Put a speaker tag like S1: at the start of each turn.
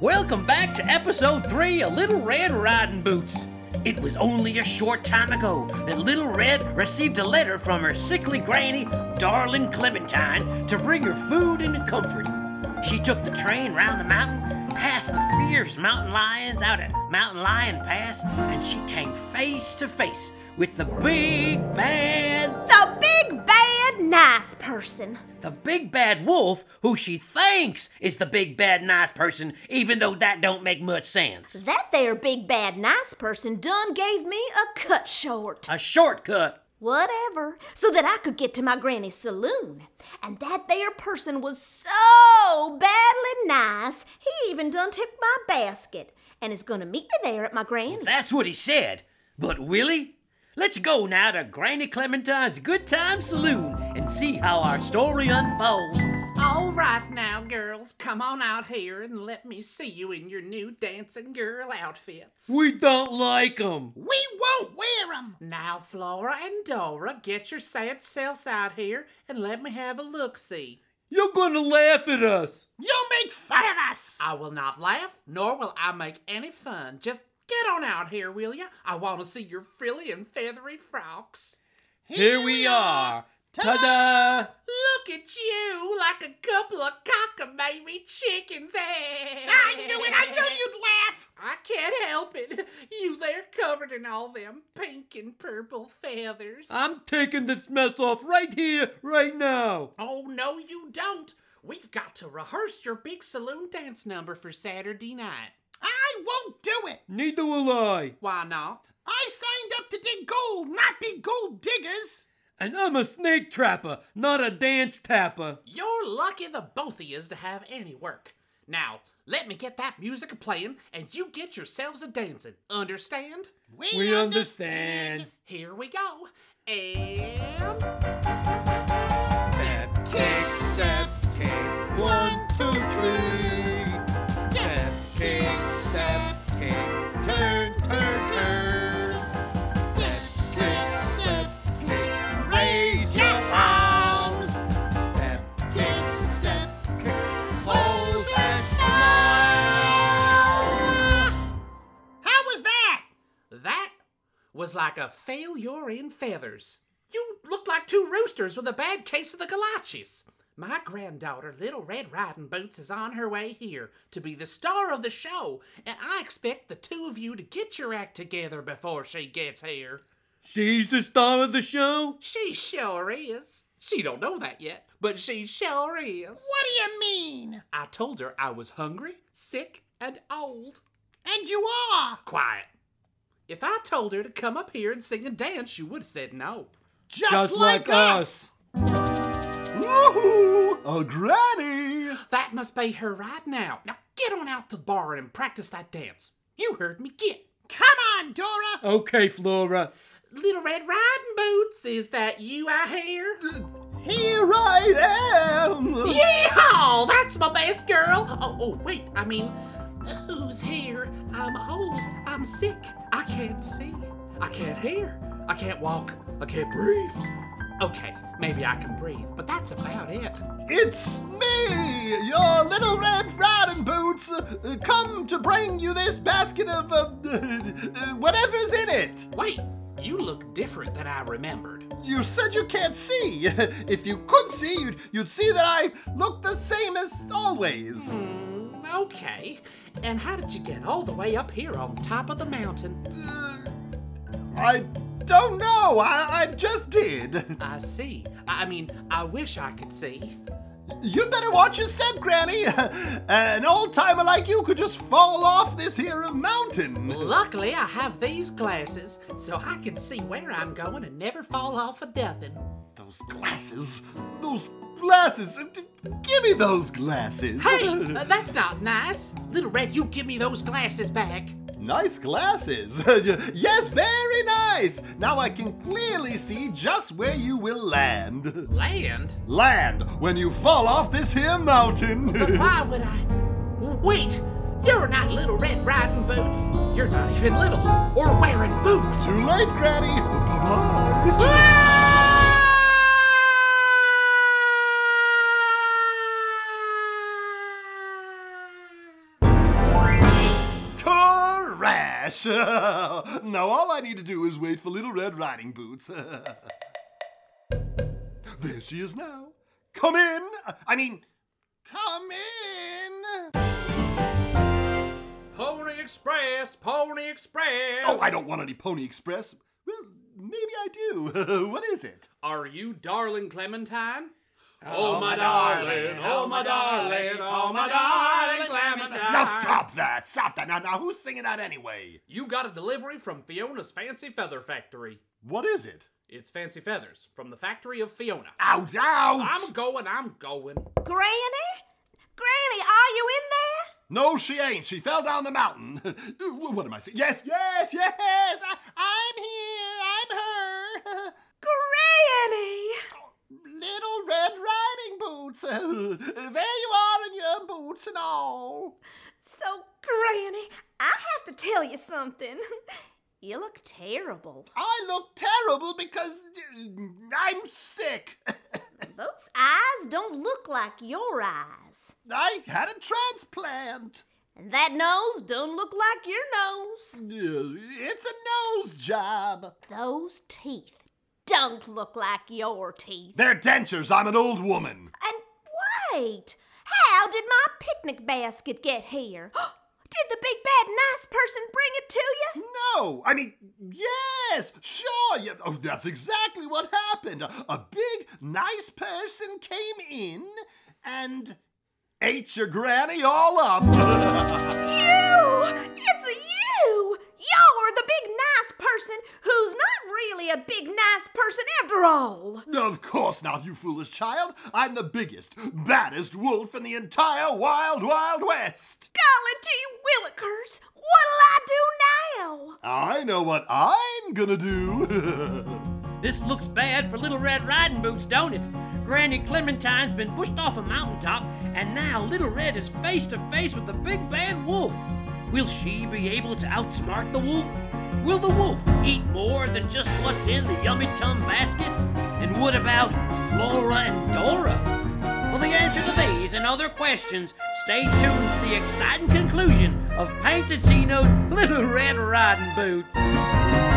S1: Welcome back to episode 3 of Little Red Riding Boots. It was only a short time ago that Little Red received a letter from her sickly granny, darling Clementine, to bring her food and comfort. She took the train round the mountain, past the fierce mountain lions out at Mountain Lion Pass, and she came face to face with the big bad
S2: The big bad nice person.
S1: The big bad wolf, who she thinks is the big bad nice person, even though that don't make much sense.
S2: That there big bad nice person done gave me a cut short.
S1: A shortcut.
S2: Whatever. So that I could get to my granny's saloon. And that there person was so badly nice, he even done took my basket and is gonna meet me there at my granny's.
S1: That's what he said. But Willie, let's go now to Granny Clementine's Good Time Saloon and see how our story unfolds.
S3: All right now, girls, come on out here and let me see you in your new dancing girl outfits.
S1: We don't like him.
S3: We won't wear 'em. Now, Flora and Dora, get your sad selves out here and let me have a look see.
S1: You're gonna laugh at us.
S3: You'll make fun of us. I will not laugh, nor will I make any fun. Just get on out here, will ya? I want to see your frilly and feathery frocks.
S1: Here we are. Ta-da!
S3: Look at you, like a couple of cockamamie chickens.
S4: I knew it. I knew you'd laugh.
S3: I can't help it. You there covered in all them pink and purple feathers.
S1: I'm taking this mess off right here, right now.
S3: oh, no, you don't. We've got to rehearse your big saloon dance number for Saturday night.
S4: I won't do it.
S1: Neither will I.
S3: Why not?
S4: I signed up to dig gold, not be gold diggers.
S1: And I'm a snake trapper, not a dance tapper.
S3: You're lucky the both of yous to have any work. Now, let me get that music a playing and you get yourselves a dancing. Understand?
S1: We understand.
S3: Here we go. And.
S1: Step, kick, step, kick. One, two, three. Step, kick, step, kick. Turn, turn, turn.
S4: Step, kick, step, kick. Raise
S1: your
S4: arms.
S1: Step,
S4: Kick, step, kick.
S1: pose, and
S4: How was that?
S3: That was like a failure in feathers. You looked like two roosters with a bad case of the galachis. My granddaughter, Little Red Riding Boots, is on her way here to be the star of the show, and I expect the two of you to get your act together before she gets here.
S1: She's the star of the show?
S3: She sure is. She don't know that yet, but she sure is.
S4: What do you mean?
S3: I told her I was hungry, sick, and old.
S4: And you are.
S3: Quiet. If I told her to come up here and sing and dance, she would have said no.
S4: Just,
S5: Woohoo! A granny!
S3: That must be her right now. Now get on out to the bar and practice that dance. You heard me get.
S4: Come on, Dora.
S1: Okay, Flora.
S3: Little Red Riding Boots, is that you I hear?
S5: Here I am!
S3: Yeehaw! That's my best girl! Oh, oh, wait, I mean, who's here? I'm old, I'm sick, I can't see, I can't hear, I can't walk, I can't breathe. Okay, maybe I can breathe, but that's about it.
S5: It's me, your little red riding boots, uh, come to bring you this basket of uh, whatever's in it.
S3: Wait, you look different than I remembered.
S5: You said you can't see. If you could see, you'd, you'd see that I look the same as always.
S3: Mm, Okay, and how did you get all the way up here on top of the mountain?
S5: Uh, I don't know. I, I just did.
S3: I see. I I mean, I wish I could see.
S5: You'd better watch your step, Granny. An old timer like you could just fall off this here mountain.
S3: Luckily, I have these glasses, so I can see where I'm going and never fall off of nothing.
S5: Those glasses. Those glasses. Give me those glasses.
S3: Hey, uh, that's not nice. Little Red, you give me those glasses back.
S5: Nice glasses. yes, very nice. Now I can clearly see just where you will land.
S3: Land?
S5: Land when you fall off this here mountain.
S3: But why would I? Wait, you're not Little Red riding boots. You're not even little or wearing boots.
S5: Too late, Granny. Bye-bye.
S3: Ah!
S5: trash. now all I need to do is wait for Little Red Riding Boots. there she is now. Come in. I mean, come in.
S3: Pony Express, Pony Express.
S5: Oh, I don't want any Pony Express. Well, maybe I do. what is it?
S3: Are you darling Clementine? Oh, my darling, oh, my darling, oh, my darling Clementine.
S5: Now stop that! Stop that! Now, now, who's singing that anyway?
S3: You got a delivery from Fiona's Fancy Feather Factory.
S5: What is it?
S3: It's Fancy Feathers from the factory of Fiona.
S5: Out! Out!
S3: I'm going, I'm going.
S2: Granny? Granny, are you in there?
S5: No, she ain't. She fell down the mountain. what am I saying? Yes, yes, yes! I, I'm here. I'm her.
S2: Granny!
S5: Little Red Riding Boots. there you are in your boots and all.
S2: So, Granny, I have to tell you something. You look terrible.
S5: I look terrible because I'm sick.
S2: Those eyes don't look like your eyes.
S5: I had a transplant.
S2: And that nose don't look like your nose.
S5: It's a nose job.
S2: Those teeth don't look like your teeth.
S5: They're dentures. I'm an old woman.
S2: And wait, how did my picnic basket get here? Did the big bad nice person bring it to you?
S5: No, I mean, yes, sure. You, oh, that's exactly what happened. A, a big nice person came in and ate your granny all up.
S2: You! It's you! You're the big nice person who's not really a big nice person after all.
S5: of course not, you foolish child. I'm the biggest, baddest wolf in the entire wild, wild west.
S2: Golly gee willikers, what'll I do now?
S5: I know what I'm gonna do.
S1: This looks bad for Little Red Riding Boots, don't it? Granny Clementine's been pushed off a mountaintop, and now Little Red is face to face with the big bad wolf. Will she be able to outsmart the wolf? Will the wolf eat more than just what's in the yummy tum basket? And what about Flora and Dora? For the answer to these and other questions, stay tuned for the exciting conclusion of Painted Chino's Little Red Riding Boots.